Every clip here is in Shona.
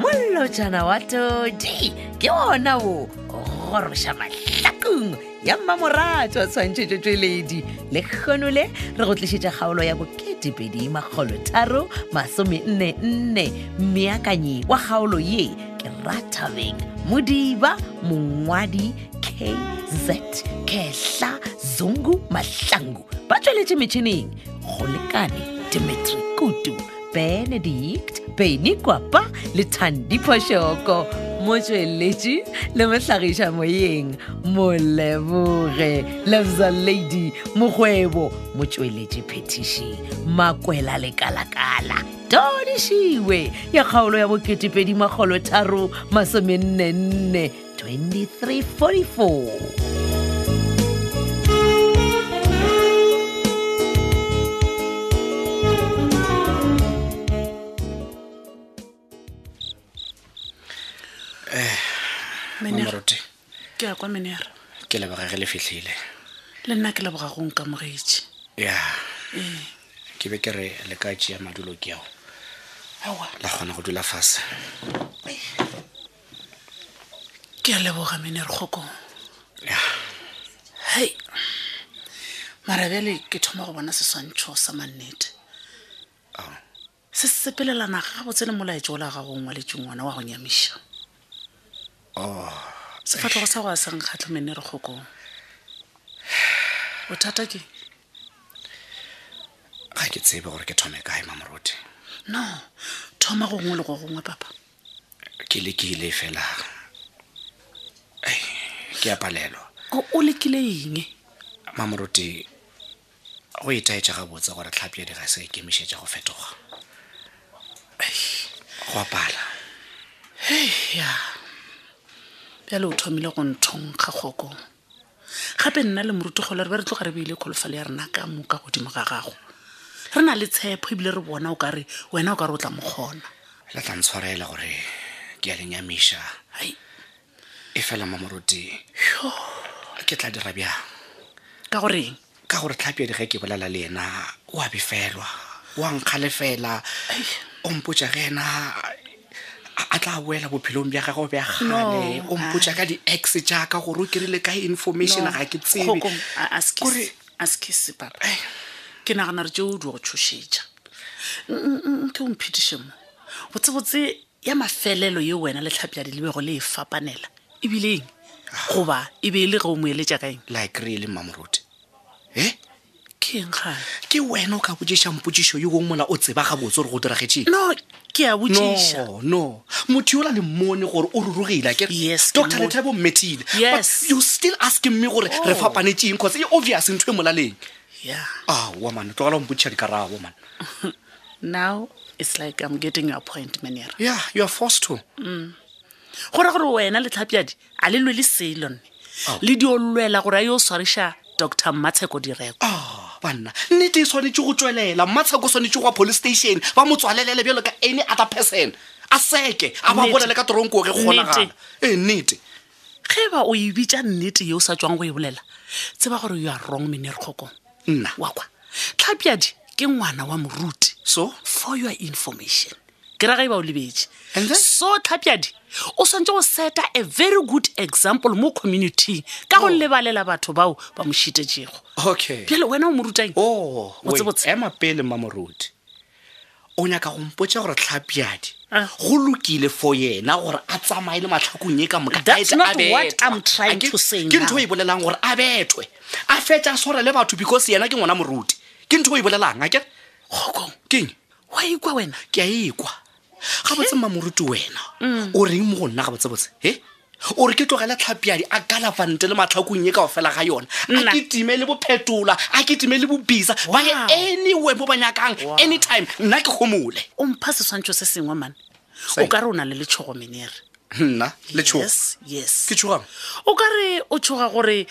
motšhana wa today ke ona o goroša mahlakong ya mmamoratwa tshwantšhetšo tsweledi le kgonole re go tlišitša kgaolo ya bokedipedi makgolotharo masomennenne meakanyi wa kgaolo ye ke ratabeng modiba mongwadi kz kehla zungu mahlangu ba tsweletše metšhineng go lekane dimitri kutu benedict beny kwapa le thandiphošoko motsweletši le mohlagiša moyeng moleboge lebza lady mokgwebo motsweletši phetiši makwela lekalakala todišiwe ya kgaolo ya boketepedi magolotharo masomennenne 2344 menera mamoruti ke ya kwa menera ke leboga ge le fitlhile le nna ke leboga go nkamogetse ya ee ke be ke re le ka tšea madulo ke ao aa la kgona go dula fase ke a leboga menere kgokong ya hei marabjale ke thoma go bona seswantšho sa mannete ao. se sepelelana gabotse le molaetso o la gago ngwaletše ngwana wa go nyamiša sefatlhogo sa go a sankgatlho menere kgokong bothata ke ga ke tsebe gore ke thome kae mamoruti no thoma gongwe le go gongwe papa ke lekile fela Ai, ke a palelwa o o lekile eng mamoruti go itaetša gabotse gore tlhapedi ga se ikemišetša go fetoga Ai, go a pala ya bjale o thomile go nthonkga kgokong gape nna le morutigolo re be re tloga re beile kgolofalo ya rena ka moka godimo ga gago re na le tshepo ebile re bona o kare wena o kare o tla mo kgona le tla ntshwarela gore ke a lenyamiša ai e fela mamoruti ke tla dira bjang ka goreng ka gore tlhapedi ge ke bolela le ena o a befelwa wa nkga lefela o mpotsa ge ena a- a tla boela bophelong bja gago bja gale No, o mpotsa ka di-x jaaka gore o kerile ka information ga ke tsebe Kore- a sekese papa ke nagana re tseo di go tshošetša ke o mphetiše mo botsebotse ya mafelelo ye wena letlhapjadi lebego le e fapanela ebileng Ah. goba e be e le ge o moeletša ka eng la kry-e le mmamoruti e ke eng gane ke wena o ka botsiša mpotsišo yo ngwe mola o tseba gabotse gore go diragetseng no ke a botsiša no no motho yola le mmone gore o rurugile akere Yes, ke dr mmone. letabo mmetile Yes. you still asking me gore re Oh. fapanetseng cause e obvious ntho e molaleng yeah aowa mane tlogela mpotšiša dikarabo mane now it's like i'm getting your point manera yeah you are forced to gore gore wena letlhapjadi a le lwe le selonne Ao. le dio lwela gore a yo swarisa dr mmatsheko direko a Ah, banna nnete e tshwanetse go tswelela mmatshako o tshwanetse go ya police station ba mo tswalelele bjalo ka any other person a seke a ba Nnete. bolele ka toronko ge Nnete. kgonagala ee nnete ge ba o e bitša nnete ye o sa tswang go e bolela tseba gore yo a wrong menere kgokong nna wa kwa tlhapjadi ke ngwana wa moruti so for your information ke raga e ba o lebetse And then? so tlhapjadi o swantse go seta a very good example mo communityng ka go lebalela batho bao ba mo šitetsego okay pjale wena o mo rutang o Botse, botse. Oh, ema pele mmamoruti o nyaka go mpotsa gore tlhapiadi Ah. go lokile for yena gore a tsamaye le matlhakong ye ka moka a That's etse not a betwa. what I'm trying A ke- to say ke now. ntho e bolelang gore a betwe a fetsa a swara le batho because yena ke ngwana moruti ke ntho e bolelang a kere kgokong keng wa ikwa wena ke a ekwa ga botse mmamoruti Mm. wena o reng mo go nna ga botsebotse e o re ke tlogela tlhapiadi a kalafante le matlhakong ye kao fela ga yona Nna. a ke time le bophetola a ke time le bobisa ba ye Wow. anywhere mo ba nyakang anytime nna ke gomole o mpha seswantšho se sengwe mane o Seng. ka re o na le letshogo menere nna le tshoga yes yes ke tshogang o ka re o tshoga gore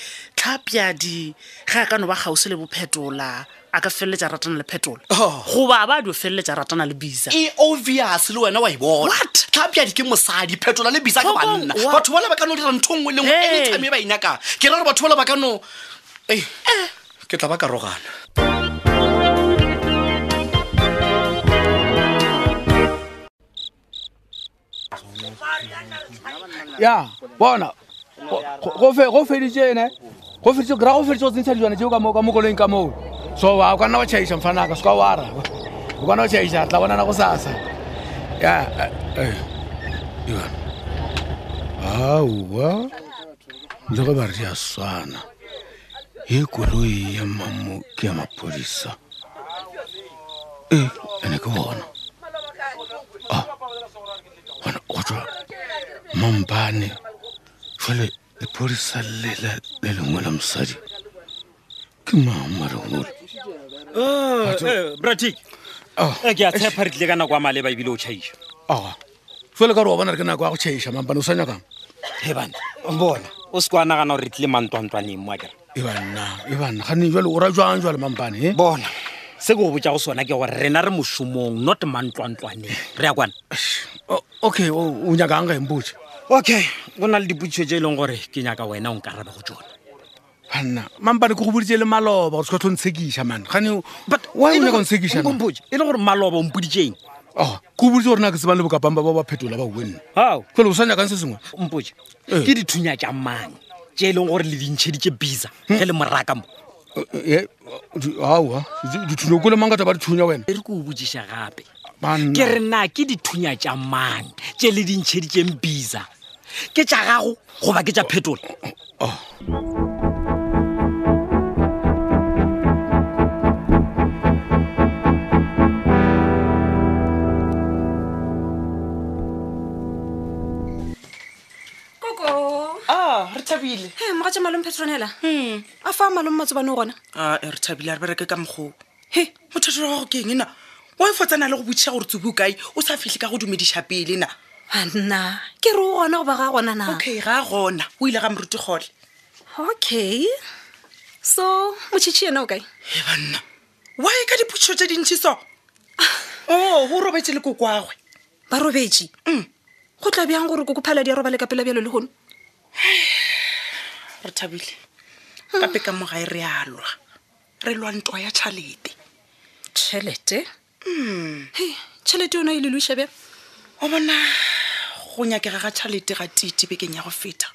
tlhapjadi ge a ka no ba kgausi le bophetola a ka feleletša a ratana le phetola Oh. goba a ba a dio feleletša a ratana le bisa e obvious le wena wa e bona What? tlhapiadi ke mosadi phetola le bisa ke Kgokong, banna wa- batho bale ba ka no dira ntho nngwe le nngwe Hey. anytime e ba e nyakang ke ra gore batho bale ba ka no ei Eh. ke tla ba karogana ya bona go- go- go fe- go feditse ene go feditse kra go feditse go tsentsha dijwana tseo ka moo ka mo koloing ka moo so wa o ka nna wa chaisa mfanaka seka wara o ka nna wa chaisa tla bonana go sasa ya eh, aowa le go ba re di a swana e koloi ya mamo ke ya maphodisa ee ene ke Ah, bona gona go tswa mampane jale lephodisa lela le lengwe la mosadi ke mang maregolo bratic Ah. ke a tshepa re tlile ka nako a maleba ebile o tšhaiša aa jale ka re wa bona re ke nako ya go chaiša mampane o sa nyakang e bana bona o se ke wa nagana gore re tlile mantwantwaneng mo akere e banna e banna ganne jale o ra jwang jale mampane e bona se ke go botsa go sona ke gore rena re mošomong not mantlwantlwaneng re ya kwana O- okay o o nyakang ka empotse okay go na le dipotsiso tse e leng gore ke nyaka wena o nkarabe go tsona banna mampane ke go boditse le maloba gore se ka tlho ntshekiša mane gane but why o nyaka o ntshekiša na? mpotse e le gore maloba ompoditseng Ah, ke o boditse gore na ke tsebang le bokapang ba ba ba phetola ba wenna ao jale o sa nyakang se sengwe mpotse Eh. ke dithunya tša mang Hmm? tše e leng gore le dintšheditše bisa ge le moraka mo aa dithunya ko le mang ka taba dithunya wena e re ke o botsiša gape Banna. ke re na ke dithunya tša mang tše le dintšheditšeng bisa ke tša gago goba ke tša phetola koko a re thabile e mogatša malome petronela a fa malome matsobane o gona a e re thabile a re bereke ka mokgoo he mothato wa gago ke eng na wife tsena le go botšiša gore tsebe o kae o sa fitlhe ka go dumediša pele na anna Ah, ke re o gona goba ga gona na okay ga a gona o ile ga moruti kgole okay so motšhitšhi yena o kae e banna wy ka dipotšišo tse dintšhi so o go robetse le kokoagwe Ah. ba robetse Mm. go tla bjang gore koko phaladi a robale ka pela bjalo le gono re thabile gape ka mogae e re a lwa re lwa ntwa ya tšhalete tšhelete hei tšhelete yona e le loishebja o bona go nyakega ga tšhalete ga tite bekeng ya go feta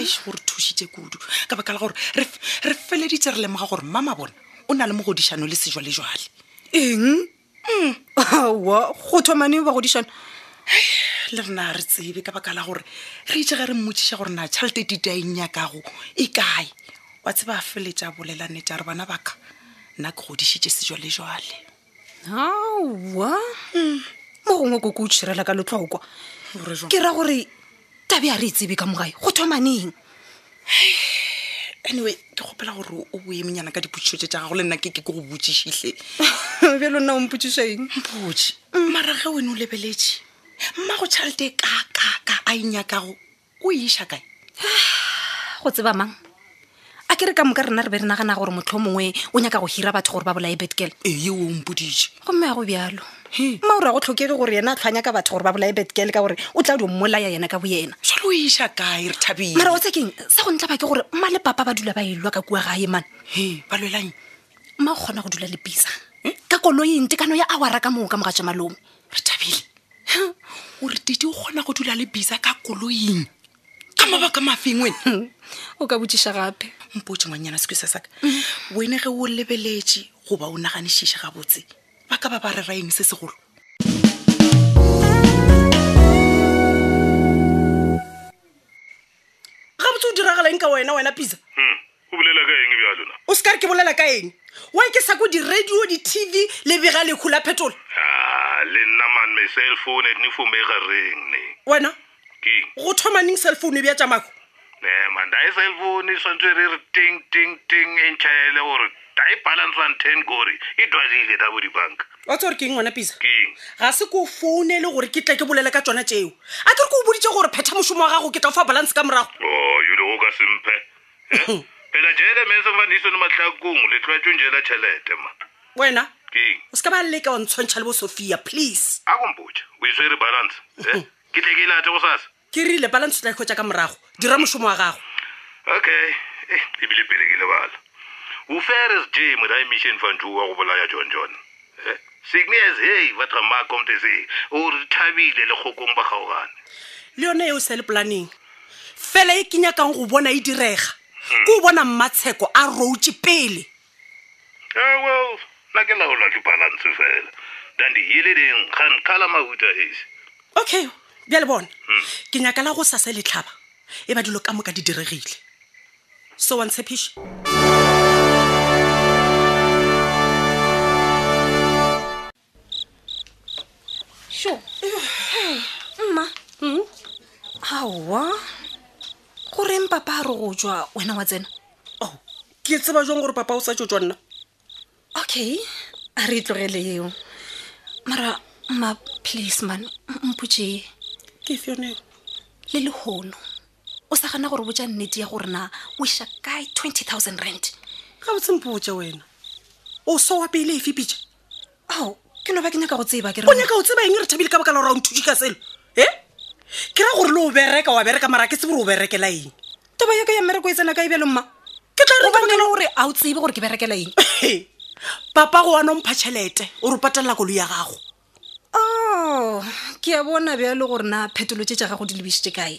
eish go re thušitse kudu ka baka la gore re f- re feleditse re lemoga gore mama bona o na le mogodišano le sejwalejwale eng awa go thomane ba godišana le rena ha re tsebe ka baka la gore re itse ge re mmotšiša gore na tšhalete tite a enyakago e kae wa tseba a feletša a bolelanete a re bana baka nna ke godišitše sejwalejwale awa Mm. mo gongwe koko o tšhirela ka letlhokwa Gore jwang? ke ra gore tabe a re e tsebe ka mogae go thomaneng anyway ke kgopela gore o boemenyana ka dipotšišo tše tša gago le nna ke ke ke go botšišihle bjalo nna ompotsišaeng mpotse mmara ge wene o lebeletše mma go tšhalete kakaka a enyakago o iša kae go tseba mang a ke re ka moka rena re be re nagana gore motlho mongwe o nyaka go hira batho gore ba bolae betgal ee o mpoditše gomme ya go bjalo maore a go tlhokege gore yena a tlhwanya ka batho gore ba bolae betgal ka gore o tla di mmolaya yena ka boyena jalo o iša kae re thabile mara o tsekeng sa go ntlaba ke gore mma le papa ba dula ba elwa ka kua gae mane he ba lwelang mma o kgona go dula le pisa ka koloi ntekano ya awara ka moo ka moga tša malome Eh? re thabile o re tite o kgona go dula le bisa ka koloing ka mabaka mafeng wene o ka botsiša gape mpotse ngwanyana sekwisa saka wene ge o lebeletše goba o naganišiše gabotse ba ka ba ba rera eng se segolo gabotse o diragalang ka wena wena pisa Hmm, o bolela ka eng bjalo na o se ka re ke bolela ka eng wy ke sako di-radio di-tv le bega lekgo la phetola Ah, le nna man my cell phone ne fome ga reng ne wena keng go thomaneng cellphone e bja tsamako ne man da e cell phone e swantse re re ting ting ting e ntšhaele gore da e balance on ten gore e dwadile da bo dibanka wa tse gore ke eng ngwana pisa keng ga se ko founele gore ke tle ke bolele ka tsona tseo a ke re ke o boditse gore phetha mošomo wa gago ke tla o fa balance ka morago oh yule go ka semphe Eh? phela jele mense mfaniso ne matlhakong le tlwatswe njela tšhelete ma wena keng o se ka ba leka wa ntshwantšha le bo sophia please a kompotša o iswere balance eh? ke tle ke e late go sasa ke rile balance o tla ikgwetsa ka morago dira mošomo wa gago okay Eh, ebile pele ke lebala o fares j moda emission fantu wa go bolaya john john Eh, signes hei batho ba maka omtese o re thabile lekgokong ba gaogane le yone eo se le planeng fela e kenyakang go bona e direga ke o bona mmatsheko a routse pele Ah, well nna ke laola dibalance fela dandi ele deng ga nkgala mahuta ese okay bjale bona ke nyaka la go sasa letlhaba e ba dilo ka moka di diregile so wa ntshepiša sho Hei, mma Hmm? aowa goreng papa a re go jwa wena wa tsena oh ke tseba jang gore papa o sa tso tswa nna okay a re itlogele eo mara mma please man m- mpotšee ke fioneo le lehono o sa gana gore botja nnete ya gore na o ša kae twenty thousand rand ga botsempotse wena o so wa peile efe pitša ao Oh, ke no ba ke nyaka go tseba ke re o nyaka o tseba eng re thabile ka baka la gore a o nthuse ka selo e ke ra gore le o bereka wa bereka mara ha ke tse bore o berekela eng toba yaka ya mmereko e tsena kae bjalo mma ke tla re ka baka obanela la gore gore a o tsebe gore ke berekela eng papa go wana ompha tšhelete o re o patelela koloi ya gago o Oh, ke a bona bjalo gore na phetolo tse tša gago di lebišitše kae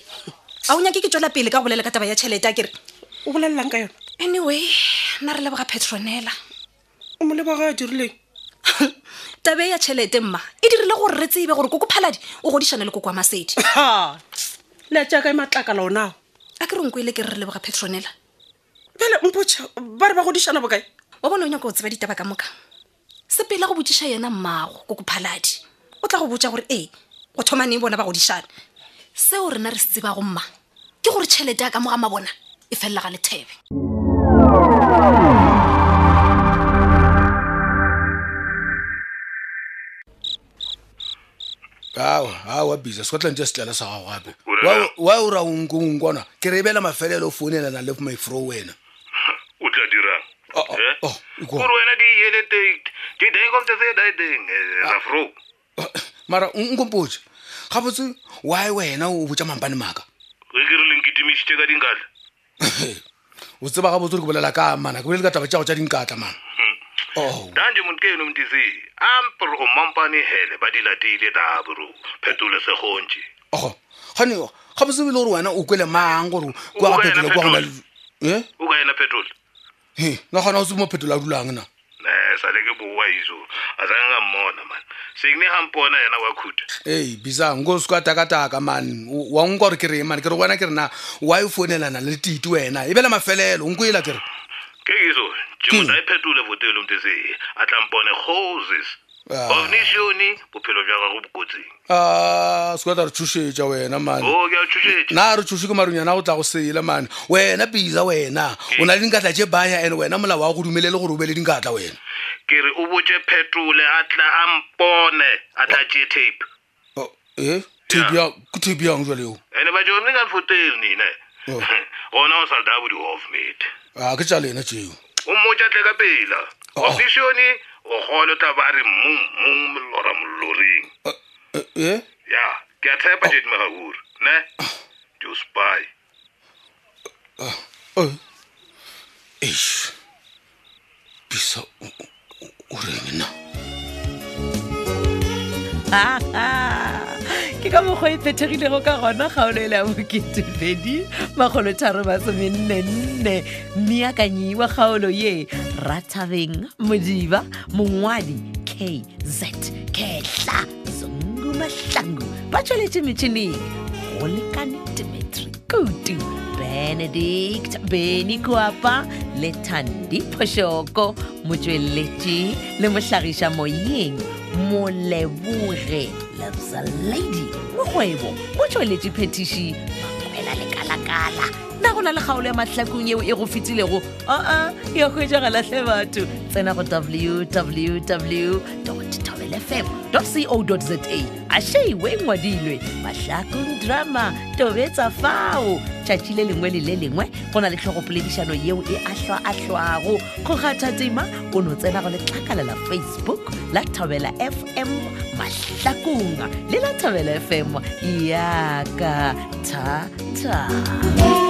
a o nyake ke tswela pele ka bolela ka taba ya tšhelete a kere o bolelelang ka yona anyway nna re leboga petronela o moleba ga a dirileng tabe ya tšhelete mma e dirile gore re tsebe gore koko phaladi o godišana le koko wa masedi ha le a jaaka e matlakala onao a ke renko ele ke re re leboga petronela pele mpotšha ba re ba godišana bokae wa bone o nyaka o tseba ditaba ka moka sepele go botsiša yena mmago koko phaladi o tla go botsa gore ee go thomaneng bona ba godišana seo rena re se tsebago mma ke gore tšhelete ya ka moga mabona e felela ga lethebe awa awa bisa sekotla nje sitlala sa gago gape Ura- Wa- wa o ra onkonkoana ke re ebela mafelelo o founelana le maifro wena o tla dirang Oh, oh, Eh? oh, e kwa. gore wena di ele teng di deng omtese dae deng Ah. rafro mara nkompotse gabotse wy wena o botsa mampane maaka ge ke re lenkitimišitše ka dinkatla o tseba gabotse ore ke bolela ka mana ke bolele ka taba tjago tja dinkatla mana oh danje montkeno mtise amper o mampane hele ba di lateile dabro phetole sekgontše ogo gane gabotse ebile gore wena o kwele mang gore kwa O ga kwele phetola kwa gona Petrol. o ka ena phetole e na gona o se mo phetola a dulang na ne sale ke boa iso a sange ka mmona man segne gampona yena wa khuta ee bisa nko se kwa takataka man O- wa nka gore ke reng mane ke re wena ke re na wa e founelana le tite wena ebela mafelelo nko ela ke re ke iso jimoda e phetole votelo mtise a tlampone hoses Ah. ovnisione bophelo bja gago bokotseng a sekwata re tshosetša wena mane o Oh, ke a tšhošetše Mm. na re tshose ke marunyana go tla go sele mane wena bisa wena o na le dinkatla tše baya and wena molao wa go dumelele gore o be le dinkatla wena ke re o botse phetole a tla a mpone a tla tšee tape Oh, eh Tape ya- ke tape yang jwa leo ande bajone ka nfotele nine Oh. gona o sa le daa bodi off mate a ke tša lena tšeo o mmotsa tle ka pela Oh. ovnisione o kgole o tla ba re mmong molora molloreng Eh, eh Oh. Ah. ya ke a tshepa jedi magagore ne jospy eish bisa o- o- o- o reng na ke ka mokgwa e phethegilego ka gona kgaolo e le ya boketepedi magolotharo masomennenne mmeakanyi wa kgaolo ye rathabeng modiba mongwadi kz ketla zongu mahlangu ba tsweletše metšhineng go lekane dimetri kutu benedict beny kuapa le tandi phošoko motsweletši le mohlagiša moyeng moleboge lefsa lady mokgwebo o tsweletše phetiši makwela lekalakala na go na le kgaolo ya mahlakong yeo e go Uh-uh, e fetilego aa ya hwetšagalatlhe batho tsena go www tobelfm co za a sheiwe e ngwadilwe mahlakong drama tobetsa fao tšatši le lengwe le le lengwe go na le tlhogopoledišano yeo e ahlwa-ahlwago go kgatha tema o no tsena go letlakala la facebook la thobela fm mahlakong le la thobela fm yaka thata